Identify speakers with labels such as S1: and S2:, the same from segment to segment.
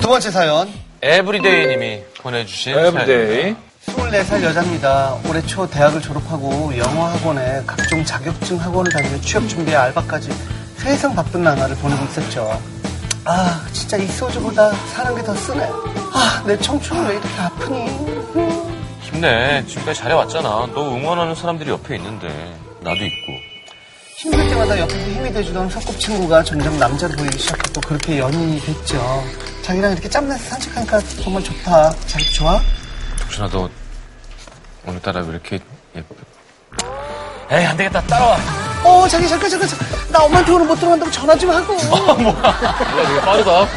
S1: 두 번째 사연.
S2: 에브리데이님이 보내주신
S3: 에브리데이.
S1: 24살 여자입니다. 올해 초 대학을 졸업하고 영어 학원에 각종 자격증 학원을 다니며 취업 준비에 알바까지 세상 바쁜 나날을 보내고 있었죠. 아, 진짜 이 소주보다 사는 게 더 쓰네. 아, 내 청춘은 왜 이렇게 아프니?
S2: 사연. 힘내. 지금까지 잘해왔잖아. 너 응원하는 사람들이 옆에 있는데. 나도 있고.
S1: 힘들 때마다 옆에서 힘이 돼주던 석곱친구가 점점 남자로 보이기 시작했고 그렇게 연인이 됐죠. 자기랑 이렇게 짬내서 산책하니까 정말 좋다. 자기 좋아?
S2: 혹시나 너 오늘따라 왜 이렇게 예쁘... 에이 안 되겠다 따라와.
S1: 어, 자기 잠깐 잠깐 잠깐. 나 엄마한테 오늘 못 들어간다고 전화 좀 하고.
S2: 뭐야 되게 빠르다.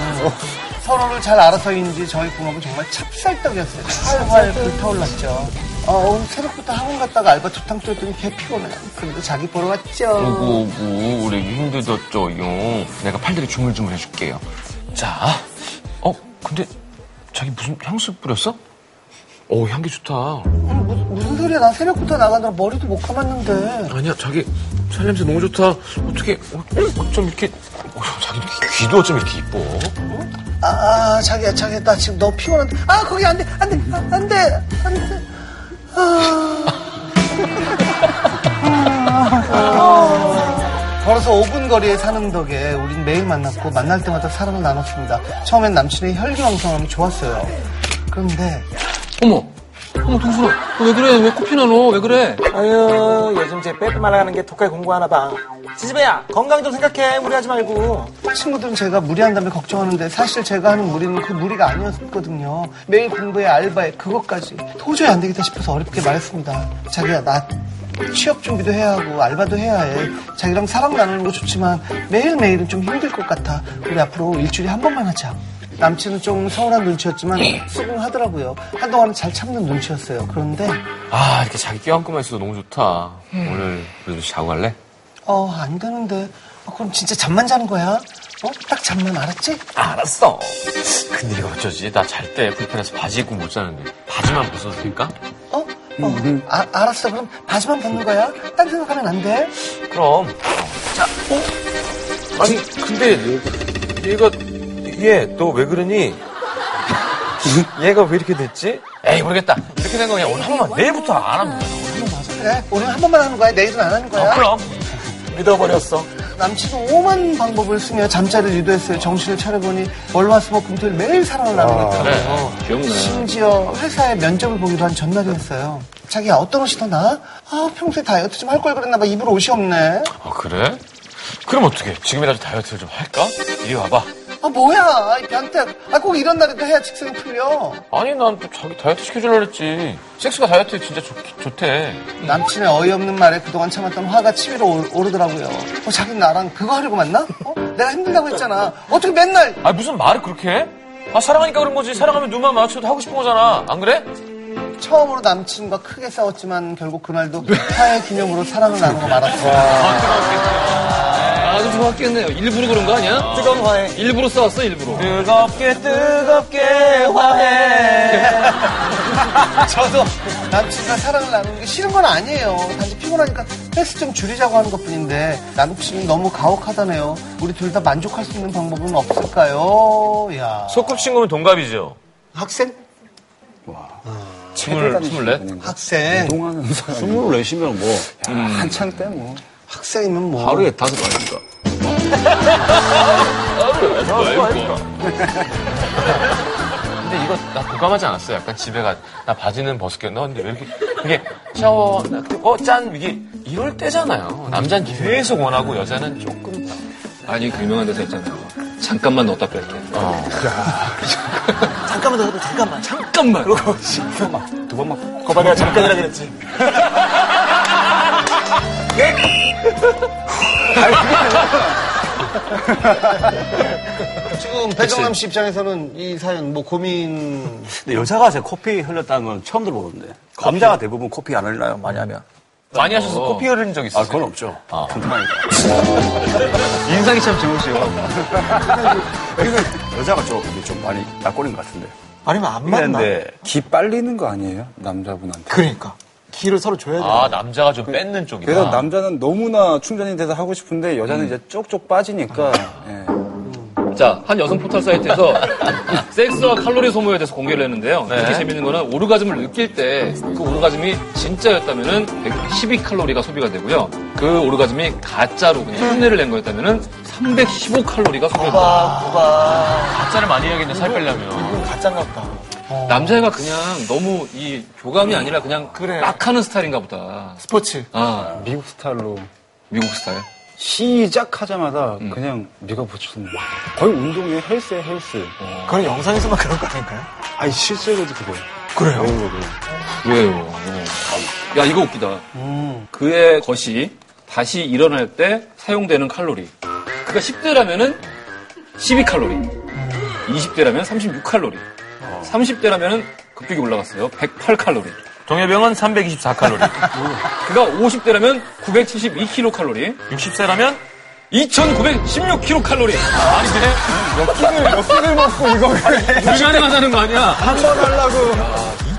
S1: 서로를 잘 알아서인지 저희 궁합은 정말 찹쌀떡이었어요. 활활 불타올랐죠. 어, 오늘 새벽부터 학원 갔다가 알바 두탕 쫄더니 개 피곤해요. 그래도 자기 보러 왔죠.
S2: 오고 오고 우리 힘들었죠요. 내가 팔다리 주물주물 해줄게요. 자, 어 근데 자기 무슨 향수 뿌렸어? 오 향기 좋다.
S1: 오늘 음, 무, 무슨 소리야? 난 새벽부터 나가느라 머리도 못 감았는데.
S2: 아니야 자기 살 냄새 너무 좋다. 어떻게 어, 좀 이렇게 어, 자기 귀, 귀도 어쩜 이렇게 이뻐?
S1: 아, 아, 자기야, 자기야. 나 지금 너무 피곤한데. 아, 거기 안 돼. 안 돼. 아, 안 돼. 안 돼. 아. 아. 걸어서 5분 거리에 사는 덕에 우린 매일 만났고 만날 때마다 사랑을 나눴습니다. 처음엔 남친의 혈기왕성함이 좋았어요. 그런데
S4: 어머, 어머 동순아, 너왜 그래? 왜 코피나 너? 왜 그래?
S5: 아유, 요즘 쟤 빼빼 말하는 게 독하게 공부하나 봐. 지지배야, 건강 좀 생각해. 무리하지 말고.
S1: 친구들은 제가 무리한다며 걱정하는데 사실 제가 하는 무리는 그 무리가 아니었거든요. 매일 공부에 알바에 그것까지 도저히 안 되겠다 싶어서 어렵게 말했습니다. 자기야 나 취업 준비도 해야 하고 알바도 해야 해. 자기랑 사랑 나누는 거 좋지만 매일매일은 좀 힘들 것 같아. 우리 앞으로 일주일에 한 번만 하자. 남친은 좀 서운한 눈치였지만 수긍하더라고요. 한동안은 잘 참는 눈치였어요. 그런데
S2: 아 이렇게 자기 껴안고만 있어도 너무 좋다.
S4: 음.
S2: 오늘 우리도 자고 갈래?
S1: 어 안 되는데 어, 그럼 진짜 잠만 자는 거야? 어? 딱 잠만 알았지?
S2: 알았어. 근데 이거 어쩌지? 나 잘 때 불편해서 바지 입고 못 자는데 바지만 벗어도 될까?
S1: 어? 어, 아, 알았어. 그럼 바지만 벗는 거야? 딴 생각하면 안 돼?
S2: 그럼. 자, 어? 아니 근데 얘가 얘 너 왜 그러니?
S3: 얘가 왜 이렇게 됐지?
S2: 에이 모르겠다. 이렇게 된 거 그냥 오늘 한 번만 내일부터 안 하면 돼.
S1: 음, 그래, 오늘 한 번만 하는 거야? 내일은 안 하는 거야?
S2: 아, 어, 그럼.
S5: 믿어버렸어.
S1: 남친은 오만 방법을 쓰며 잠자리를 유도했어요. 정신을 차려보니 월화수목금토일 매일 사랑을 나누겠다.
S2: 아,
S4: 네.
S2: 그래.
S1: 심지어 회사에 면접을 보기로 한 전날이었어요. 자기야, 어떤 옷이 더 나아? 아, 평소에 다이어트 좀 할 걸 그랬나 봐. 입을 옷이 없네.
S2: 아 그래? 그럼 어떻게? 지금이라도 다이어트를 좀 할까? 이리 와봐.
S1: 아, 뭐야. 이 변태. 아, 꼭 이런 날에도 해야 직성이 풀려.
S2: 아니 난 또 자기 다이어트 시켜주려고 그랬지. 섹스가 다이어트에 진짜 좋, 좋대.
S1: 남친의 어이없는 말에 그동안 참았던 화가 치밀어 오- 오르더라고요. 어, 자기 나랑 그거 하려고 만나? 어? 내가 힘들다고 했잖아. 어떻게 맨날
S2: 아 무슨 말을 그렇게 해? 아 사랑하니까 그런 거지. 사랑하면 눈만 마주쳐도 하고 싶은 거잖아. 안 그래?
S1: 처음으로 남친과 크게 싸웠지만 결국 그날도 화해 기념으로 사랑을 나누고 말았어요.
S4: 아주 좋았겠네요. 일부러 그런 거 아니야?
S5: 뜨거운 화해.
S4: 일부러 싸웠어, 일부러.
S5: 뜨겁게, 뜨겁게 화해.
S1: 저도 남친과 사랑을 나누는 게 싫은 건 아니에요. 단지 피곤하니까 횟수 좀 줄이자고 하는 것 뿐인데 남친이 너무 가혹하다네요. 우리 둘 다 만족할 수 있는 방법은 없을까요? 야
S2: 소꿉친구면 동갑이죠.
S1: 학생?
S2: 스물 스물넷.
S1: 학생.
S6: 동안은 24시면 뭐, 야, 한창 때 뭐.
S1: 학생이면 뭐.
S6: 하루에 다섯 번입니까?
S2: 근데 이거 나 공감하지 않았어요. 약간 집에 가, 나 바지는 벗을게. 너 근데 왜 이렇게, 이게 샤워, 나 그- 어, 짠! 이게 이럴 때잖아요. 남자는 계속 원하고 여자는 조금.
S4: 아니, 그 유명한 데서 있잖아요. 잠깐만 넣었다 뺄게.
S2: 어.
S5: 잠깐만, 너, 잠깐만.
S4: 잠깐만!
S5: 거봐, 내가 잠깐이라 그랬지.
S1: 지금 배정남 씨 입장에서는 이 사연 뭐 고민
S6: 근데 여자가 제 코피 흘렸다는 건 처음 들어보는데. 감자가 대부분 코피 안 흘려요, 많이 하면.
S2: 많이 하셔서 커피 흐른 적
S6: 아,
S2: 있어요.
S6: 그건 없죠. 튼튼하니까.
S4: 인상이 참 좋으세요.
S6: 그래서 여자가 좀, 이게 좀 많이 낙골인 것 같은데.
S5: 아니면 안 맞나?
S6: 근데, 기 빨리는 거 아니에요? 남자분한테.
S5: 그러니까. 기를 서로 줘야 돼.
S2: 아, 남자가 좀 뺏는 쪽이다.
S6: 그래서 남자는 너무나 충전이 돼서 하고 싶은데, 여자는 이제 쪽쪽 빠지니까, 예.
S4: 자, 한 여성 포털 사이트에서 섹스와 칼로리 소모에 대해서 공개를 했는데요.
S2: 네.
S4: 특히 재밌는 거는 오르가즘을 느낄 때 그 오르가즘이 진짜였다면은 112칼로리가 소비가 되고요. 그 오르가즘이 가짜로 그냥 흉내를 낸 거였다면은 315칼로리가 소비가 돼요.
S2: 가짜를 많이 해야겠네, 살 빼려면.
S5: 가짠가 보다. 어.
S4: 남자애가 그냥 너무 이 교감이 아니라 그냥
S5: 그래.
S4: 딱 하는 스타일인가 보다.
S5: 스포츠.
S4: 아,
S3: 미국 스타일로
S4: 미국 스타일?
S6: 시작하자마자 그냥 네가 붙였네. 거의 운동이에요. 헬스에 헬스.
S5: 그건 영상에서만 그런 거 아닐까요?
S6: 어. 아니 실제로도 그거예요.
S5: 그래요?
S4: 왜요? 야, 이거 웃기다. 그의 것이 다시 일어날 때 사용되는 칼로리. 그러니까 10대라면은 12칼로리. 20대라면 36칼로리. 30대라면은 급격히 올라갔어요. 108칼로리.
S2: 동해병은 324칼로리.
S4: 그가 50대라면 972킬로칼로리.
S2: 60세라면
S4: 2916킬로칼로리.
S2: 아니 근데
S3: 술을 먹고 이거
S4: 불가능한 사는 거 아니야? 아,
S3: 한 번 하려고.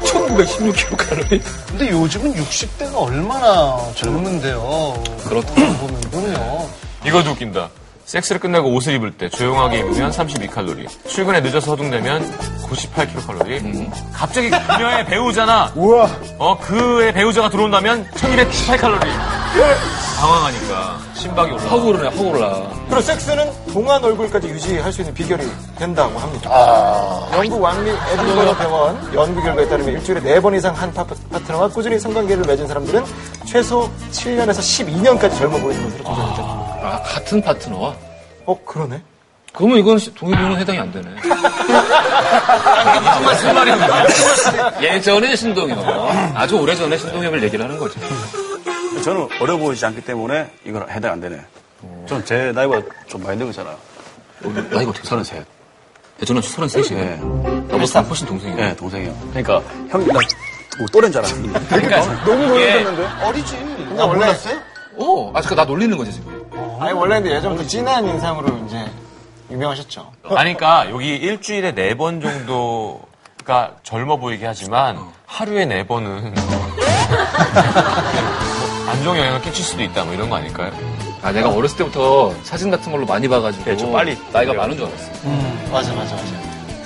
S4: 2916킬로칼로리.
S1: 근데 요즘은 60대가 얼마나 젊은데요.
S4: 그렇다.
S1: 보면 그럼요.
S2: 이거도 웃긴다. 섹스를 끝내고 옷을 입을 때 조용하게 입으면 32칼로리. 출근에 늦어서 허둥대면 98kcal. 갑자기 그녀의 배우자나
S3: 우와.
S2: 어 그의 배우자가 들어온다면 1218칼로리. 당황하니까 심박이 올라.
S4: 아, 확 오르네, 확 올라.
S5: 그리고 섹스는 동안 얼굴까지 유지할 수 있는 비결이 된다고 합니다.
S4: 아.
S5: 영국 왕립 에딘버러 병원 연구 결과에 따르면 일주일에 네 번 이상 한 파- 파트너와 꾸준히 성관계를 맺은 사람들은 최소 7년에서 12년까지 젊어 보이는 것으로 조사됐다.
S4: 아, 같은 파트너와?
S5: 어, 그러네.
S4: 그러면 이건 동의비는 해당이 안 되네.
S2: 무슨 말입니까?
S4: 예전에 신동엽. 아주 오래전에 신동엽을 얘기를 하는 거지.
S6: 저는 어려 보이지 않기 때문에 이걸 해당 안 되네. 저는 제 나이보다 좀 많이 늙었잖아요.
S4: 나이가 어떻게 33. 저는 33이에요. 아,
S6: 네.
S4: 나보다 훨씬 동생이에요.
S6: 네, 동생이요. 그러니까 형이 나 뭐, 또래인 줄 알았는데.
S3: 너무 놀랐는데.
S1: 어리지.
S5: 근데 원래,
S4: 어, 아, 그니까 나 놀리는 거지, 지금.
S5: 아, 아니, 원래 근데 예전부터 진한 인상으로 이제 유명하셨죠.
S2: 아니 그러니까 여기 일주일에 네 번 정도가 젊어 보이게 하지만 하루에 네 번은 뭐 안 좋은 영향을 끼칠 수도 있다 뭐 이런 거 아닐까요?
S4: 아, 내가 어렸을 때부터 사진 같은 걸로 많이 봐가지고.
S6: 네, 좀 빨리
S4: 나이가 많은 줄 알았어.
S5: 맞아, 맞아, 맞아.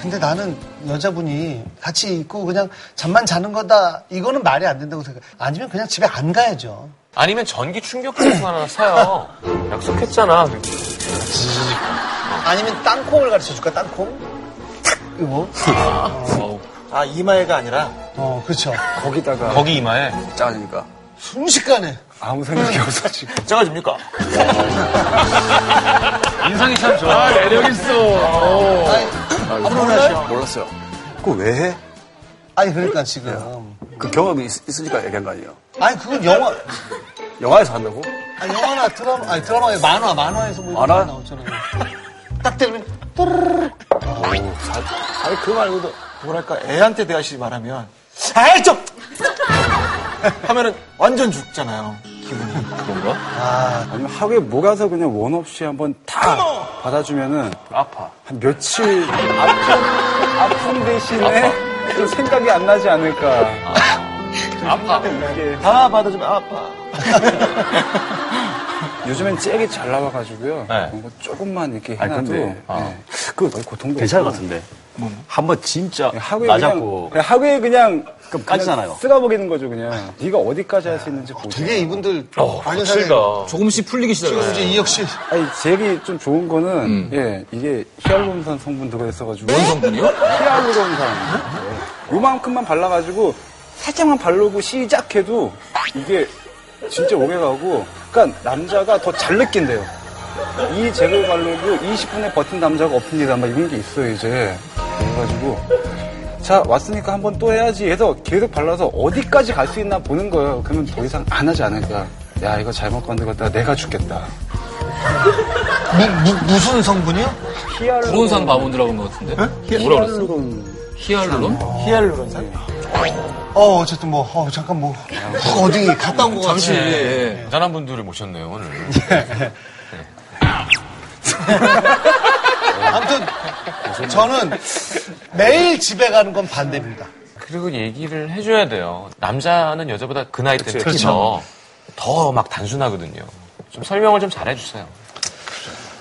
S1: 근데 나는 여자분이 같이 있고 그냥 잠만 자는 거다. 이거는 말이 안 된다고 생각해. 아니면 그냥 집에 안 가야죠.
S2: 아니면 전기 충격기에서 하나 사요. 약속했잖아. 그러니까.
S1: 아니면 땅콩을 가르쳐 줄까? 땅콩? 탁! 이거.
S4: 어우,
S5: 아, 이마에가 아니라
S1: 어, 그렇죠.
S6: 거기다가
S2: 거기 이마에
S6: 짜니까
S1: 순식간에.
S6: 아무 생각이 없어 지금.
S5: 작아집니까?
S2: 인상이 참 좋아.
S4: 아,
S1: 몰라요?
S6: 몰랐어요. 그거 왜 해?
S1: 아니, 그러니까 지금.
S6: 그 경험이 있, 있으니까 얘기한 거 아니에요.
S1: 아니, 그건 영화,
S6: 영화에서 한다고?
S1: 아니, 영화나 드라마, 아니, 드라마에 만화, 만화에서 뭐 이런
S6: 만화?
S1: 거 나오잖아요. 딱 때리면 뚜르르.
S5: 아니, 그 말고도 뭐랄까, 애한테 대하시지 말하면 아이, 좀! 하면은 완전 죽잖아요, 기분이.
S4: 그런가?
S6: 아니면 하루에 모아서 그냥 원 없이 한번 다 받아주면은 아파. 한 며칠 아픈, 아픈 대신에 좀 생각이 안 나지 않을까.
S4: 아파.
S2: 예,
S5: 다 받아주면 아파.
S3: 요즘엔 잭이 잘 나와가지고요.
S2: 네.
S3: 뭔가 조금만 이렇게
S6: 아니,
S3: 해놔도
S6: 근데,
S3: 네.
S6: 예. 그, 고통도. 괜찮을 것 같은데. 한번 진짜
S3: 뭐, 네, 하루에 그냥,
S6: 맞았고.
S3: 그냥 하루에 그냥 그냥
S6: 까지잖아요. 아,
S3: 쓸어버리는 거죠 그냥. 네가 어디까지 할 수 있는지 보자.
S1: 되게 이분들.
S2: 칠다.
S4: 조금씩 풀리기 시작해.
S1: 이제 이 역시.
S3: 아니 잭이 좀 좋은 거는 예 이게 히알루론산 성분 들어 있어가지고
S4: 음. 뭔 성분이요?
S3: 히알루론산 예. 요만큼만 발라가지고 살짝만 바르고 시작해도 이게 진짜 오래가고 그러니까 남자가 더 잘 느낀대요 이 잭을 바르고 20분에 버틴 남자가 없습니다 막 이런 게 있어요 이제 그래가지고 자 왔으니까 한번 또 해야지 해서 계속 발라서 어디까지 갈 수 있나 보는 거예요 그러면 더 이상 안 하지 않을까 야 이거 잘못 건드렸다 내가 죽겠다
S1: 무, 무, 무슨 성분이요?
S4: 구론산 바몬드라고 하는 것 같은데? 뭐라 그랬어? 히알루론?
S5: 히알루론산?
S1: 어, 어쨌든 뭐, 어, 잠깐 뭐. 확 어디 갔다 온 거 같이.
S4: 예.
S2: 대단한 분들을 모셨네요 오늘.
S1: 아무튼, 저는 매일 집에 가는 건 반대입니다.
S2: 그리고 얘기를 해줘야 돼요. 남자는 그렇죠. 여자보다 그 나이 때 특히 더막 단순하거든요. 좀 설명을 좀 잘해주세요.